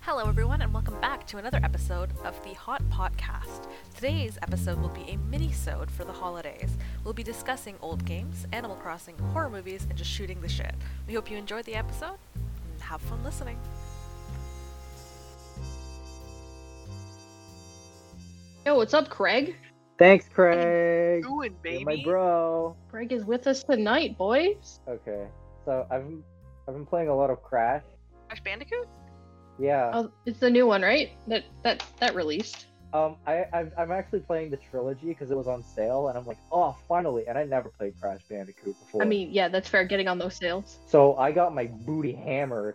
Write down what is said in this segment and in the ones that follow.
Hello, everyone, and welcome back to another episode of the Hot Podcast. Today's episode will be a mini-sode for the holidays. We'll be discussing old games, Animal Crossing, horror movies, and just shooting the shit. We hope you enjoyed the episode and have fun listening. Yo, what's up, Craig? Thanks, Craig. doing, You're baby? my bro. Craig is with us tonight, boys. Okay, so I've I've been playing a lot of Crash. Crash Bandicoot? Yeah. Oh, it's the new one, right? That that that released. Um, I I've, I'm actually playing the trilogy because it was on sale, and I'm like, oh, finally! And I never played Crash Bandicoot before. I mean, yeah, that's fair. Getting on those sales. so I got my booty hammered.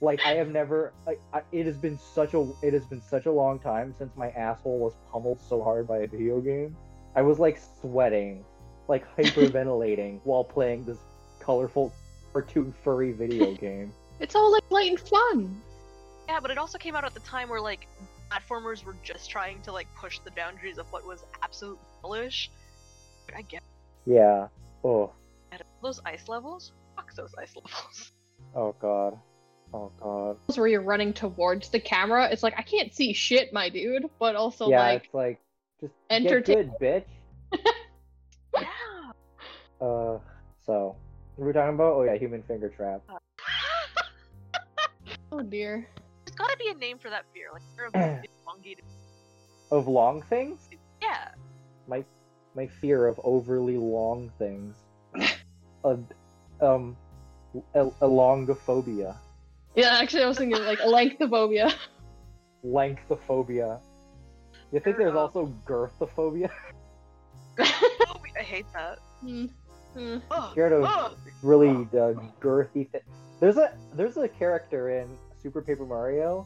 Like I have never. Like I, it has been such a it has been such a long time since my asshole was pummeled so hard by a video game. I was like sweating, like hyperventilating while playing this colorful cartoon furry video game. it's all like light and fun. Yeah, but it also came out at the time where like platformers were just trying to like push the boundaries of what was absolute relish. I get Yeah. Oh. it. Those ice levels? Fuck those ice levels. Oh god. Oh god. Those Where you're running towards the camera, it's like I can't see shit, my dude. But also yeah, like, it's like just entertain- get good, Yeah. bitch. Uh, so what we're talking about oh yeah, human finger trap. oh dear. There's gotta be a name for that fear. Like fear of Eh. like, big, elongated. Of long things, Yeah. my my fear of overly long things. of um, el- elongophobia, Yeah, actually, I was thinking like lengthophobia. lengthophobia. You think Fair there's enough. also girthophobia? Oh, I hate that. Hmm. Hmm. Oh, Scared of oh. really uh, girthy thing. There's a there's a character in Super Paper Mario,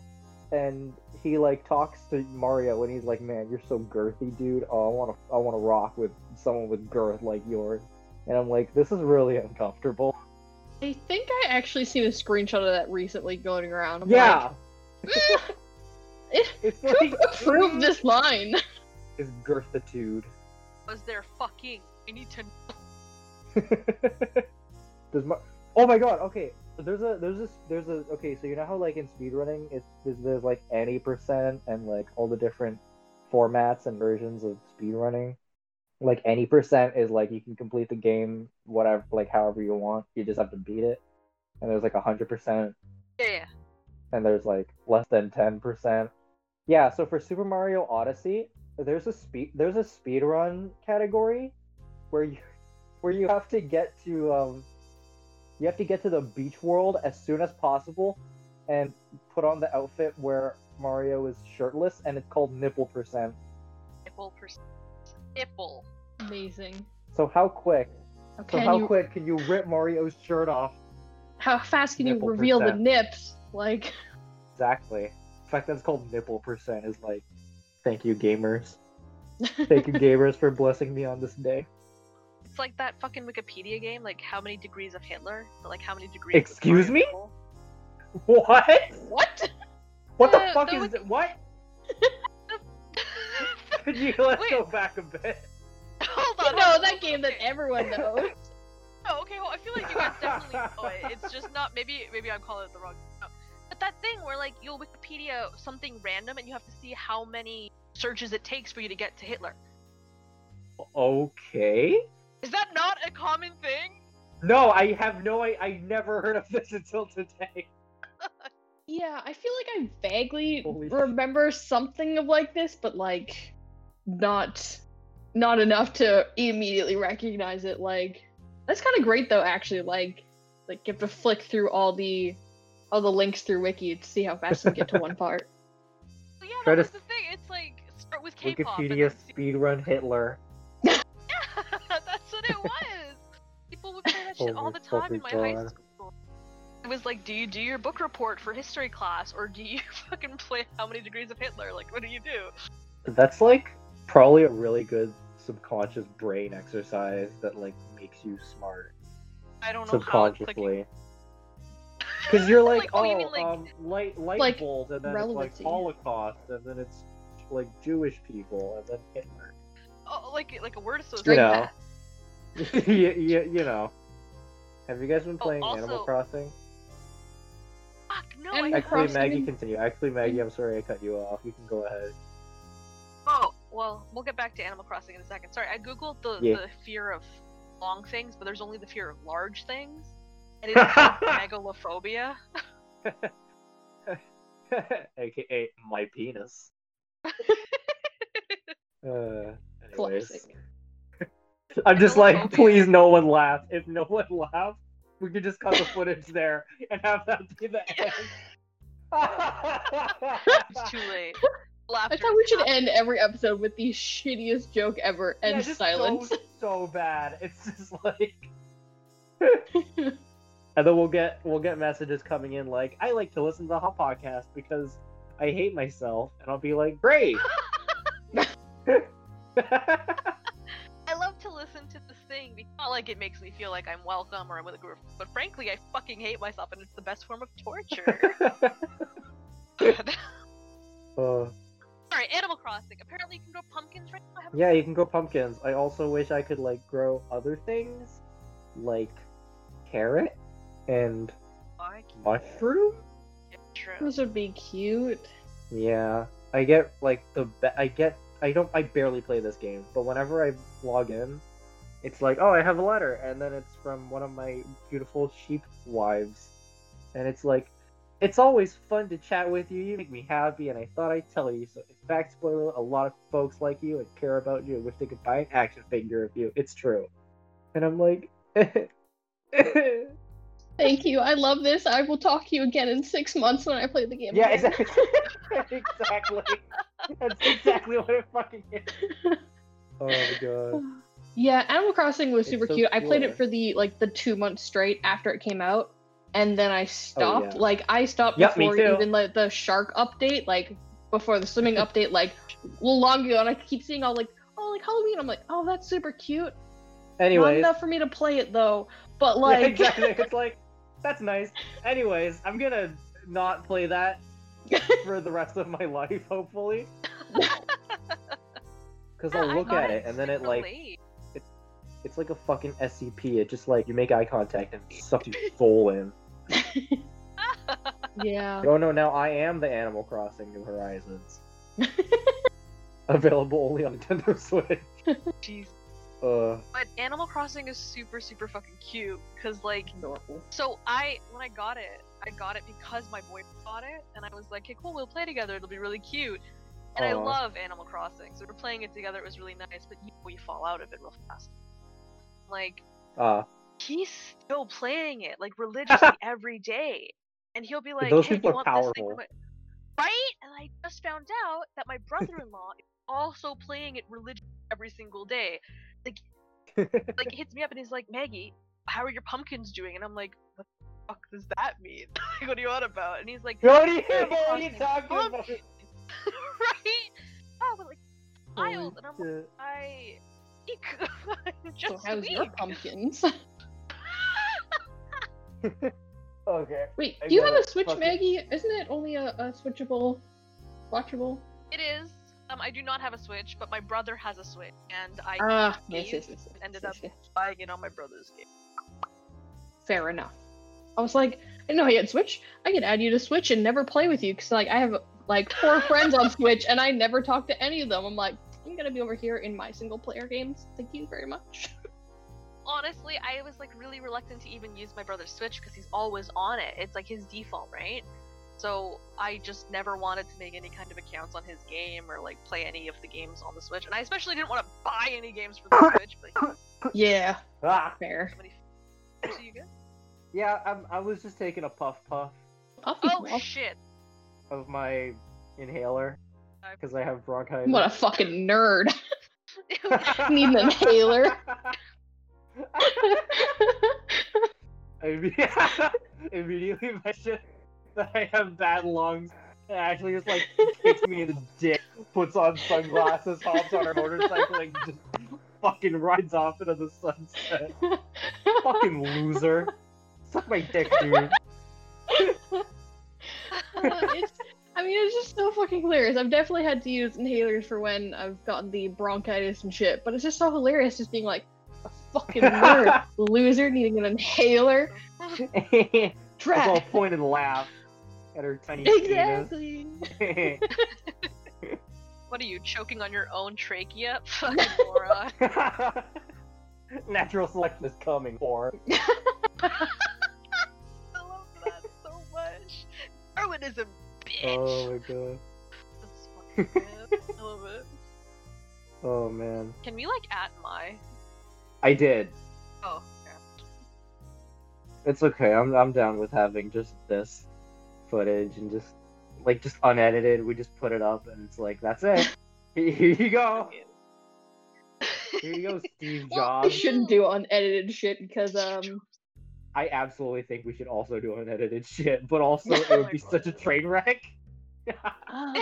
and he like talks to Mario, and he's like, "Man, you're so girthy, dude. Oh, I want to I want to rock with someone with girth like yours." And I'm like, "This is really uncomfortable." I think I actually seen a screenshot of that recently going around. I'm yeah, like, "Eh, it's Who like approved this line? is girthitude. Was there fucking? I need to. Does Mar- oh my god, okay. There's a there's this there's a okay, so you know how like in speedrunning it's there's, there's like any percent and like all the different formats and versions of speedrunning. Like any percent is like you can complete the game whatever like however you want. You just have to beat it. And there's like a hundred percent Yeah, yeah. and there's like less than ten percent. Yeah, so for Super Mario Odyssey, there's a speed there's a speed run category where you where you have to get to um you have to get to the beach world as soon as possible and put on the outfit where Mario is shirtless and it's called nipple percent. Nipple percent. Nipple. Amazing. So how quick? So Okay. how you, quick can you rip Mario's shirt off? how fast can you Nipple reveal the percent. nips? Like. Exactly. In fact that's called nipple percent is like thank you gamers. Thank you gamers for blessing me on this day. It's like that fucking Wikipedia game. Like how many degrees of Hitler? But, like how many degrees? of Excuse Mario me? Nipple? What? What? What the Uh, fuck that is was- it? What? Could you let's Wait. go back a bit? Hold on. You know hold that on, game that okay. everyone knows. Oh, okay. Well, I feel like you guys definitely know it. It's just not. Maybe maybe I'm calling it the wrong. no. But that thing where like you'll Wikipedia something random and you have to see how many searches it takes for you to get to Hitler. Okay. Is that not a common thing? No, I have no. I, I never heard of this until today. yeah, I feel like I vaguely Holy sh- remember something of like this, but like not not enough to immediately recognize it. Like that's kind of great though, actually. Like like you have to flick through all the all the links through Wiki to see how fast you get to one part. But yeah, Try that to was the thing. It's like start with K-pop. and Wikipedia then see- speedrun Hitler. That's what it was. People would play that shit all Holy the time in my fucking high God. school. It was like, do you do your book report for history class, or do you fucking play how many degrees of Hitler? Like, what do you do? That's like probably a really good subconscious brain exercise that like makes you smart I don't know how. it's clicking. subconsciously. Because you're like, Like, oh, oh, you mean, like- um, light light Like, bulb, and then it's relevancy. like Holocaust, and then it's like Jewish people, and then Hitler. Oh, like like a word association. Straight Yeah. path. you, you, you know. Have you guys been Oh, playing Animal also- Crossing? Fuck, Fuck no! And- Mm. I Actually, Crossing- Maggie, continue. Actually, Maggie, I'm sorry I cut you off. You can go ahead. oh well, we'll get back to Animal Crossing in a second. Sorry, I googled the, Yeah. the fear of long things, but there's only the fear of large things, and it's called megalophobia. AKA my penis. uh, anyways. Classic. I'm just like, Xenophobia. please, no one laugh. If no one laughs, we could just cut the footage there and have that be the It's too end. late. Laughter. I thought we is should not- end every episode with the shittiest joke ever and Yeah, just so- silence. So, bad. It's just like. and then we'll get we'll get messages coming in like, I like to listen to the Hot Podcast because I hate myself, and I'll be like, great. I love to listen to this thing. It's not like it makes me feel like I'm welcome or I'm with a group, but frankly, I fucking hate myself, and it's the best form of torture. Uh, Sorry, Animal Crossing. Apparently, you can grow pumpkins right now. I haven't- yeah, you can grow pumpkins. I also wish I could like grow other things, like carrot and I can't mushroom. get through. Those would be cute. Yeah, I get like the be- I get I don't I barely play this game, but whenever I log in, it's like oh I have a letter, and then it's from one of my beautiful sheep wives, and it's like it's always fun to chat with you. You make me happy, and I thought I'd tell you. So in fact, spoiler: a lot of folks like you and care about you. and Wish they could buy an action figure of you. It's true, and I'm like. Thank you. I love this. I will talk to you again in six months when I play the game. Yeah, again. exactly. exactly. That's exactly what it fucking is. Oh my god. Yeah, Animal Crossing was It's super so cute. I played cool. it for the like the two months straight after it came out, and then I stopped. Oh, yeah. Like I stopped Yep, me before too. even like the shark update, like before the swimming update, like long ago. And I keep seeing all like oh like Halloween. I'm like oh that's super cute. Not Anyways, enough for me to play it though. But Yeah, like exactly. It's like that's nice. Anyways, I'm gonna not play that for the rest of my life, hopefully. Because Yeah, I'll I look got at it and then it like relate. it's like a fucking SCP. It just like you make eye contact and it sucks your soul in. yeah, Oh no, now I am the Animal Crossing New Horizons. Available only on Nintendo Switch. Jeez. Uh But Animal Crossing is super, super fucking cute because, like, adorable. so I when I got it, I got it because my boyfriend got it, and I was like, "Hey, cool, we'll play together. It'll be really cute." And I Aw. love Animal Crossing, so we're playing it together. It was really nice, but you, know you fall out of it real fast. Like, ah. he's still playing it like religiously every day, and he'll be like, those "Hey, do you people are want this thing?" from powerful. it?" Right? And I just found out that my brother-in-law is also playing it religiously every single day. Like, like he hits me up and he's like, "Maggie, how are your pumpkins doing?" And I'm like, "What the fuck does that mean? like, what are you on about?" And he's like, What do you, "Animal what are you Crossing talking about? pumpkins." right? Oh, but like wild, and I'm like, I weak. I'm So just how's weak. your pumpkins? Okay. Wait, I do you have gotta a Switch, fucking- Maggie? Isn't it only a, a switchable, watchable? It is. Um, I do not have a Switch, but my brother has a Switch, and I Ah, yes, yes, yes, yes, yes. ended up buying it on my brother's game. fair enough. I was like, I know I had Switch. I could add you to Switch and never play with you because like I have like four friends on Switch and I never talk to any of them. I'm like, I'm gonna be over here in my single player games. Thank you very much. Honestly, I was like really reluctant to even use my brother's Switch because he's always on it. It's like his default, right? So I just never wanted to make any kind of accounts on his game or like play any of the games on the Switch, and I especially didn't want to buy any games for the Switch. But like, Yeah, Ah, fair. somebody, Are you good? yeah, I'm, I was just taking a puff puff Puffy Oh mouth. shit! of my inhaler I- because I have bronchitis. what a fucking nerd. Need an inhaler. I imme- immediately mentioned that I have bad lungs and actually just like kicks me in the dick, puts on sunglasses, hops on her motorcycle, and just fucking rides off into the sunset. Fucking loser. Suck my dick, dude. it's, I mean, it's just so fucking hilarious. I've definitely had to use inhalers for when I've gotten the bronchitis and shit, but it's just so hilarious just being like a fucking nerd, loser, needing an inhaler. It's all Drat. point and laugh. at her tiny Exactly. penis. What are you choking on your own trachea? Fucking moron. Natural selection is coming for. I love that so much. Darwinism, bitch. Oh my god. That's fucking good. I love it. Oh man. Can we like at my? I did. Oh, yeah. It's okay. I'm I'm down with having just this footage and just like just unedited. We just put it up and it's like that's it. Here you go. Oh. Here you go, Steve Well, We Jobs. shouldn't do unedited shit because um I absolutely think we should also do unedited shit, but also it would be such a train wreck. uh,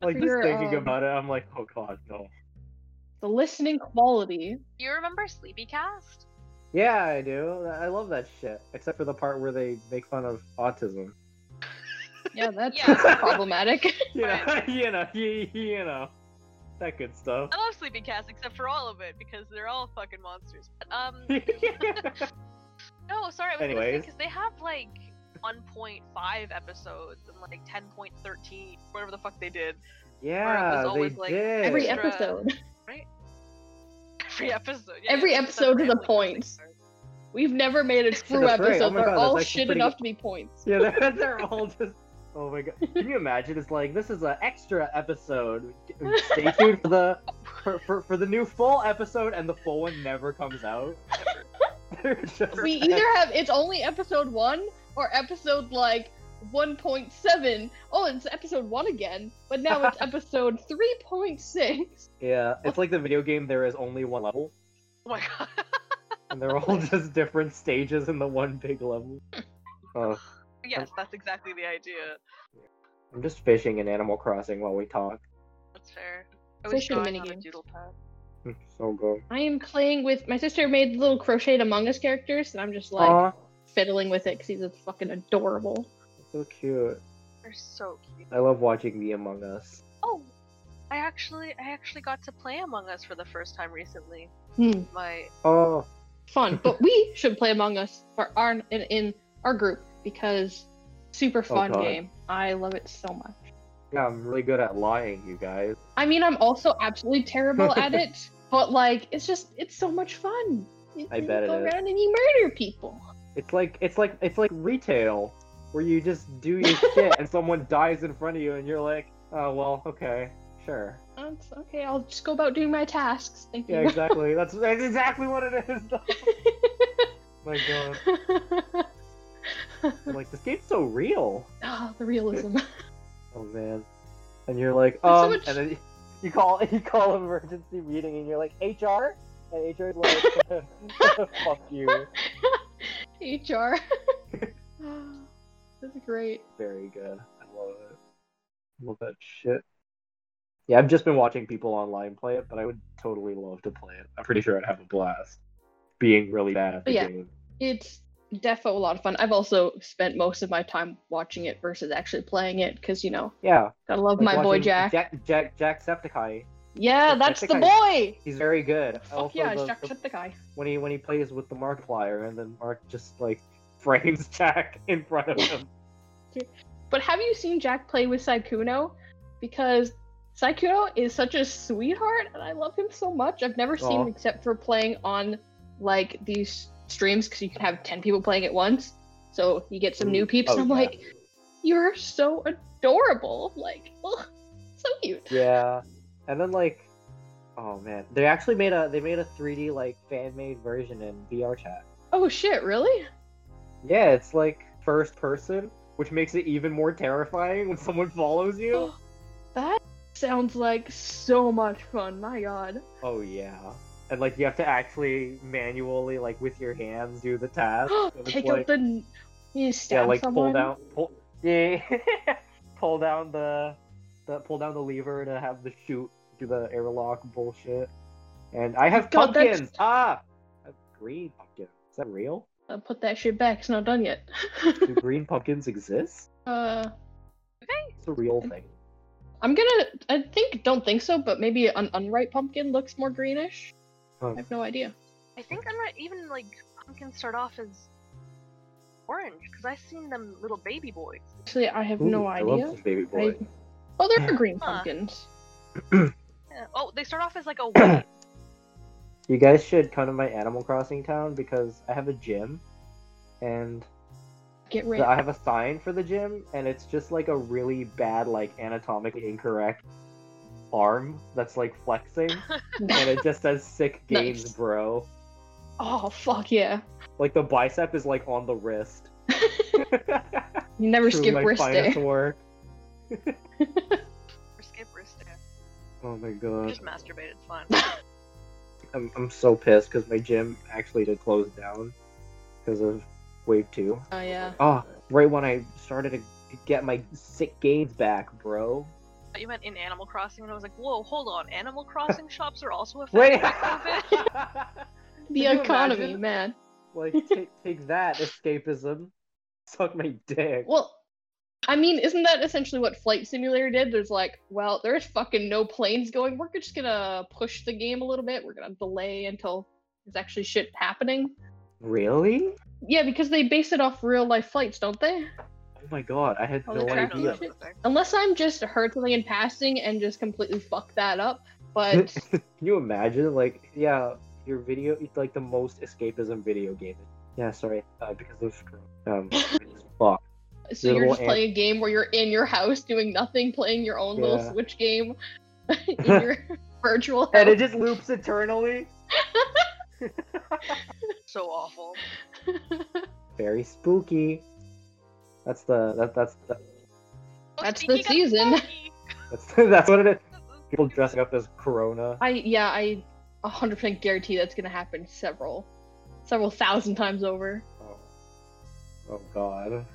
like just Your, thinking um, about it, I'm like, oh god, no. the listening quality. Do you remember Sleepy Cast? Yeah, I do. I love that shit. Except for the part where they make fun of autism. Yeah, that's Yeah. problematic. You know, Right. you know, you, you know, that good stuff. I love Sleepy Cast except for all of it because they're all fucking monsters. But, um, no, sorry, I was Anyways. because they have like 1.5 episodes and like 10.13, whatever the fuck they did. yeah, they always, like, did. Every Extra. episode. Every episode. yeah, Every it's just a episode has a rambling point. thing. We've never made a true That's right. Oh episode. my They're God, that's all actually shit pretty- enough to be points. Yeah, they're, they're all just. Oh my god! Can you imagine? It's like this is an extra episode. Stay tuned for the for, for, for the new full episode, and the full one never comes out. They're just- We either have it's only episode one or episode like 1.7. Oh, it's episode one again, but now it's episode 3.6. Yeah, it's like the video game. There is only one level, Oh my god. and they're all just different stages in the one big level. Oh, Yes, that's exactly the idea. I'm just fishing in Animal Crossing while we talk. That's fair. I So was should a drawing on a minigame. doodle pad. It's So good. I am playing with my sister made little crocheted Among Us characters, and I'm just like Aw, fiddling with it because he's fucking adorable. so cute. They're so cute. I love watching the Among Us. Oh, I actually, I actually got to play Among Us for the first time recently. Hmm. My Oh, Fun, but we should play Among Us for our in, in our group because super fun Oh, God. game. I love it so much. yeah, I'm really good at lying, you guys. I mean, I'm also absolutely terrible at it, but like, it's just it's so much fun. You, I you bet it go is. around and you murder people. It's like it's like it's like retail, where you just do your shit and someone dies in front of you, and you're like, oh well, okay, sure. That's okay. I'll just go about doing my tasks. Thank Yeah, you. exactly. that's, that's exactly what it is. Oh My God, I'm like this game's so real. Ah, the realism. Oh man, and you're like, There's so um, much- and then you call you call an emergency meeting, and you're like, HR, and HR's like, fuck you. HR. That's Ah, great. very good. I love it. Love that shit. Yeah, I've just been watching people online play it, but I would totally love to play it. I'm pretty sure I'd have a blast being really bad at But the yeah. game. It's defo a lot of fun. I've also spent most of my time watching it versus actually playing it because you know Yeah, gotta love my like boy watching Jack. Jack, Jack, Jacksepticeye. Yeah, Jack- that's the Jacksepticeye. boy. He's very good. Fuck Also, yeah, the- it's Jack Chut the guy. when he when he plays with the Markiplier, and then Mark just like frames Jack in front of him. But have you seen Jack play with Saikuno? Because Saikuno is such a sweetheart, and I love him so much. I've never seen Aw. him except for playing on like these streams because you can have ten people playing at once. So you get some new peeps. Oh, and I'm yeah. like, you're so adorable. Like, ugh, so cute. Yeah, and then like, oh man, they actually made a they made a 3D like fan made version in VR chat. Oh shit, really? Yeah, it's like first person, which makes it even more terrifying when someone follows you. Oh, That sounds like so much fun. My god. oh yeah. And like you have to actually manually like with your hands do the task. and it's Take like, out the. You stab Yeah, like someone. pull down pull Yeah. pull down the, the pull down the lever to have the shoot do the airlock bullshit. And I have God, that's- pumpkins. Ah. I have green pumpkin. Is that real? Uh, put that shit back. It's not done yet. Do green pumpkins exist? uh. It's a real thing. I'm gonna. I think don't think so, but maybe an unripe pumpkin looks more greenish. Oh. I have no idea. I think I'm right. Even like pumpkins start off as orange because I've seen them little baby boys. Actually, I have Ooh, no I idea. love some baby boy. I- Oh, there are green Huh. pumpkins. Yeah. Oh, they start off as like a white. You guys should come to my Animal Crossing town because I have a gym, and Get the- ready. I have a sign for the gym, and it's just like a really bad, like anatomically incorrect arm that's like flexing, and it just says "sick games, Nice. bro." oh, fuck yeah. Like the bicep is like on the wrist. You never Through skip my wrist day. finest work. Or skip or stare. Oh my Just god, masturbate. It's fine. I'm I'm so pissed because my gym actually did close down because of wave two. Oh, yeah. Oh, right when I started to get my sick gains back, bro. But you meant in Animal Crossing, and I was like, whoa, hold on. Animal Crossing shops are also affected Wait. by COVID. The Can you economy, imagine? man. like, take, take that, escapism. Suck my dick. Well, I mean, isn't that essentially what Flight Simulator did? There's like, well, there's fucking no planes going. We're just gonna push the game a little bit. We're gonna delay until there's actually shit happening. Really? Yeah, because they base it off real life flights, don't they? Oh my god, I had Oh, no the I don't know idea. that was a thing. Unless I'm just heard something in passing and just completely fuck that up. But Can you imagine? Like, yeah, your video, it's like the most escapism video game. Yeah, sorry, uh, because of screw. Um, it's fucked. so you're Little just ant- playing a game where you're in your house doing nothing, playing your own little Yeah. Switch game in your virtual house. And it just loops eternally. So awful. Very spooky. That's the that that's the, Oh, That's the speaking of season. spooky, that's that's what it is. People dressing up as Corona. I yeah, I 100% guarantee that's gonna happen several, several thousand times over. Oh, oh god.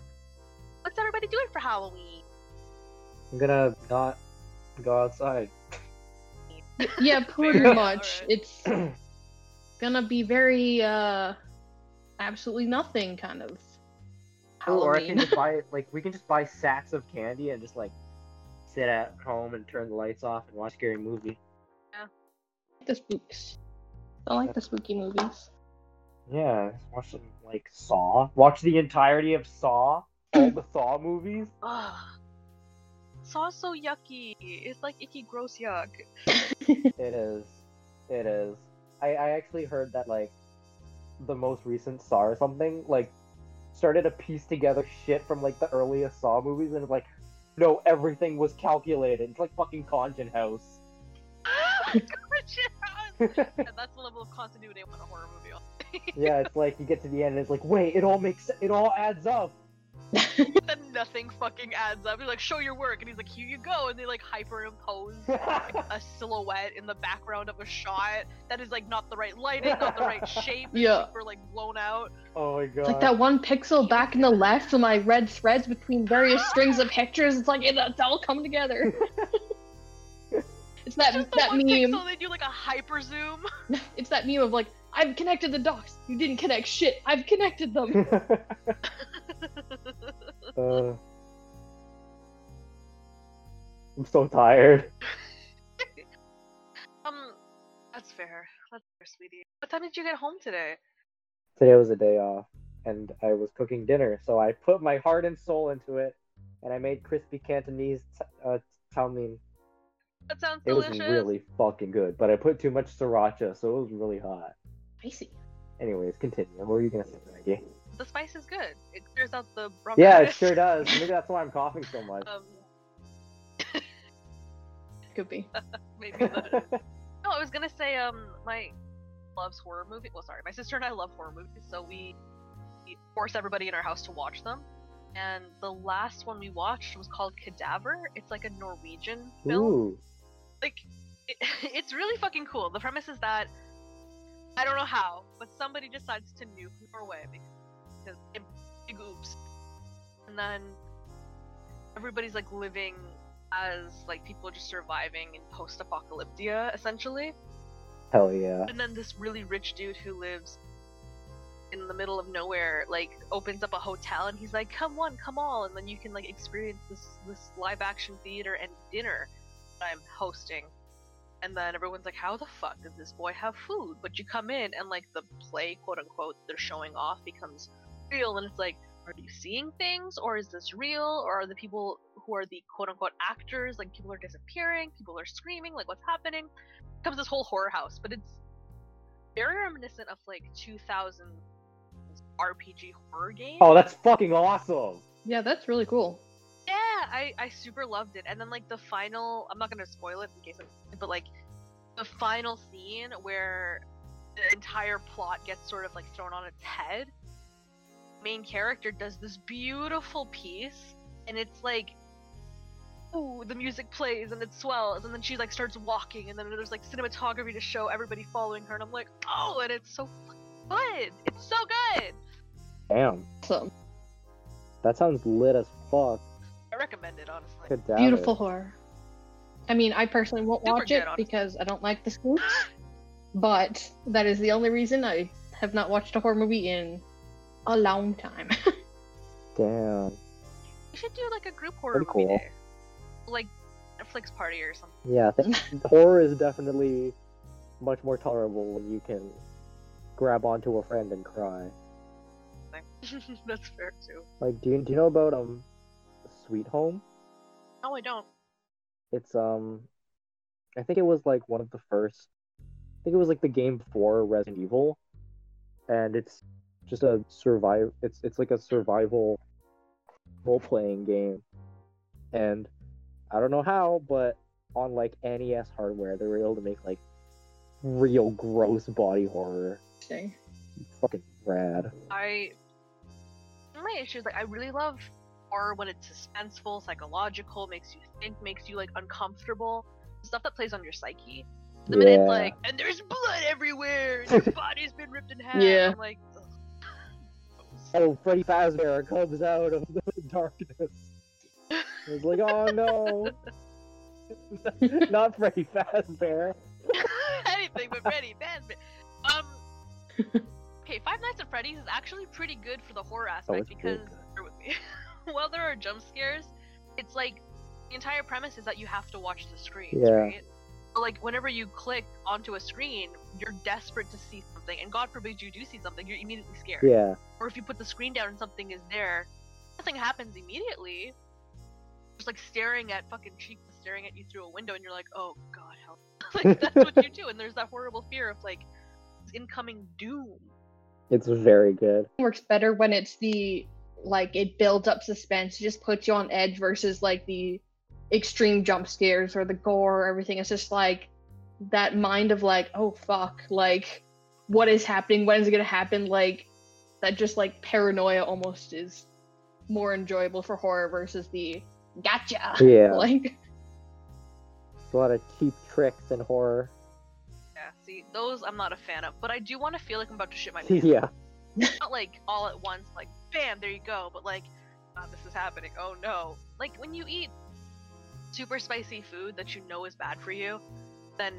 What's everybody doing for Halloween? I'm gonna not go outside. Yeah, pretty Yeah, much. alright. It's gonna be very uh, absolutely nothing kind of. Or I can Halloween. just buy like we can just buy sacks of candy and just like sit at home and turn the lights off and watch a scary movie. the spooks. Don't like the spooky movies. Yeah, just watch some like Saw. Watch the entirety of Saw, all the Saw movies. Ugh. Saw's so yucky. It's like icky, gross yuck. It is, it is. I I actually heard that like the most recent Saw or something like started to piece together shit from like the earliest Saw movies and it's like no everything was calculated. It's like fucking Conjun House. yeah, that's the level of continuity I want a horror movie on. yeah, it's like you get to the end and it's like, wait, it all makes it all adds up. then nothing fucking adds up. He's like, show your work, and he's like, here you go, and they like Oh hyperimpose yeah, a silhouette in the background of a shot that is like not the right lighting, not the right shape. it's Yeah. super like blown out. oh my god. It's like that one pixel back in the left and my red threads between various strings of pictures. It's like it, it's all come together. it's that Just the that one meme. pixel, they do like a hyper zoom. It's that meme of like, I've connected the dots. You didn't connect shit. I've connected them. Uh, I'm so tired. Um, that's fair. That's fair, sweetie. What time did you get home today? Today was a day off, and I was cooking dinner, so I put my heart and soul into it, and I made crispy Cantonese t- uh, chow mein. That sounds It was delicious. really fucking good, but I put too much sriracha, so it was really hot. Spicy. Anyways, continue. What were you gonna say, Maggie? The spice is good. It clears out the Yeah, it bronchitis. sure does. Maybe that's why I'm coughing so much. Um, Could be. maybe that is. No, I was gonna say, um, my loves horror movies. Well, sorry, my sister and I love horror movies, so we we force everybody in our house to watch them. And the last one we watched was called Cadaver. It's like a Norwegian film. Ooh. Like, it, it's really fucking cool. The premise is that I don't know how, but somebody decides to nuke Norway because it big oops. And then everybody's like living as like people just surviving in post-apocalyptia essentially. Hell yeah. And then this really rich dude who lives in the middle of nowhere, like, opens up a hotel and he's like, "Come one, come all," and then you can like experience this this live action theater and dinner that I'm hosting. And then everyone's like, "How the fuck does this boy have food?" But you come in and like the play, quote unquote, they're showing off becomes real, and it's like, are you seeing things or is this real or are the people who are the quote unquote actors like people are disappearing people are screaming like what's happening becomes this whole horror house but it's very reminiscent of like 2000 rpg horror games Oh, that's fucking awesome. Yeah, that's really cool. yeah I, I super loved it and then like the final i'm not gonna spoil it in case I'm, but like the final scene where the entire plot gets sort of like thrown on its head main character does this beautiful piece and it's like ooh the music plays and it swells and then she like starts walking and then there's like cinematography to show everybody following her and i'm like oh and it's so fucking good it's so good Damn, So that sounds lit as fuck. i recommend it honestly Good doubt beautiful it. horror. I mean, I personally won't Super watch good, it honestly. because I don't like the spooks, but that is the only reason I have not watched a horror movie in a long time. Damn. We should do like a group horror Pretty movie cool. day. Like Netflix party or something. Yeah, th- horror is definitely much more tolerable when you can grab onto a friend and cry. That's fair too. Like, do you do you know about um, Sweet Home? No, I don't. It's um, I think it was like one of the first. I think it was like the game before Resident Evil, and it's just a survive. It's it's like a survival role playing game, and I don't know how, but on like NES hardware, they were able to make like real gross body horror. Interesting. Fucking rad. I my issue is like I really love horror when it's suspenseful, psychological, makes you think, makes you like uncomfortable, stuff that plays on your psyche. The minute it's Yeah. like, and there's blood everywhere, and your body's been ripped in half. Yeah. I'm like, "Ugh." Oh, Freddy Fazbear comes out of the darkness. It's like, oh no. Not Freddy Fazbear. anything but Freddy Fazbear. Um. Okay, Five Nights at Freddy's is actually pretty good for the horror aspect it's because good. bear with me. while there are jump scares, it's like the entire premise is that you have to watch the screens, Yeah. right? But like whenever you click onto a screen, you're desperate to see something, and God forbid you do see something, you're immediately scared. Yeah. Or if you put the screen down and something is there, nothing happens immediately. Just like staring at fucking cheeks staring at you through a window, and you're like, oh god, help. like that's what you do, and there's that horrible fear of like this incoming doom. It's very good. works better when it's the like it builds up suspense, it just puts you on edge versus like the extreme jump scares or the gore or everything. It's just like that mind of like, oh fuck, like what is happening? When is it gonna happen? Like that just like paranoia almost is more enjoyable for horror versus the gotcha. Yeah. Like A lot of cheap tricks and horror. Yeah, see, those I'm not a fan of, but I do want to feel like I'm about to shit my pants. yeah. Not like all at once, like bam, there you go, but like, "Ah, this is happening. Oh no! Like when you eat super spicy food that you know is bad for you, then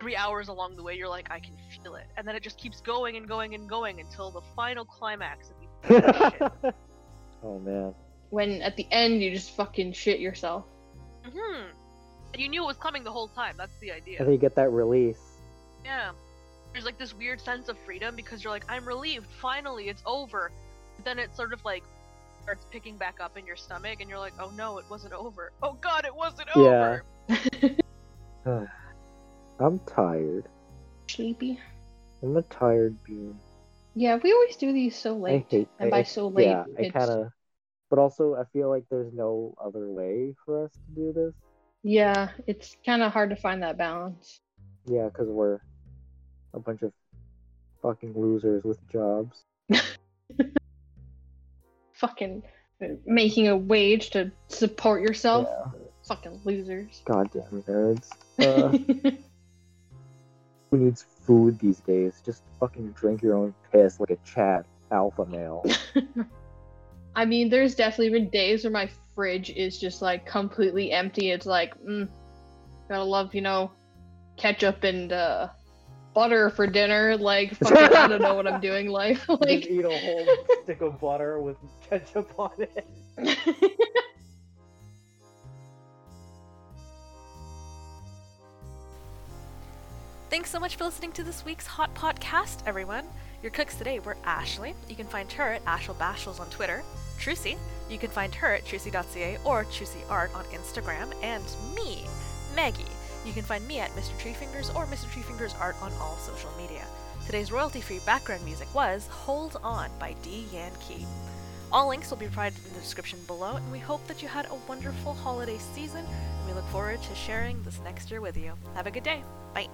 three hours along the way you're like, I can feel it, and then it just keeps going and going and going until the final climax. Of you shit. oh man. when at the end you just fucking shit yourself. hmm And you knew it was coming the whole time. That's the idea. And then you get that release. Yeah. There's like this weird sense of freedom because you're like, I'm relieved, finally, it's over. But then it sort of like starts picking back up in your stomach and you're like, oh no, it wasn't over. Oh god, it wasn't Yeah. over. I'm tired. Sleepy. I'm a tired being. Yeah, we always do these so late. I hate and I- by so late Yeah, I it's kind of. But also, I feel like there's no other way for us to do this. Yeah, it's kind of hard to find that balance. Yeah, because we're a bunch of fucking losers with jobs. Fucking making a wage to support yourself. Yeah. Fucking losers. Goddamn nerds. Uh, who needs food these days? Just fucking drink your own piss like a Chad alpha male. I mean, there's definitely been days where my fridge is just like completely empty. It's like, mm, gotta love, you know, ketchup and uh, butter for dinner. Like, fucking, I don't know what I'm doing, life. Just like, eat a whole stick of butter with ketchup on it. Thanks so much for listening to this week's Hot Podcast, everyone. Your cooks today were Ashley. You can find her at Ashel Bashels on Twitter. Trucy. You can find her at trucy.ca or trucyart on Instagram, and me, Maggie. You can find me at Mr. Treefingers or Mr. Treefingers Art on all social media. Today's royalty free background music was Hold On by D. Yankee. All links will be provided in the description below, and we hope that you had a wonderful holiday season, and we look forward to sharing this next year with you. Have a good day. Bye.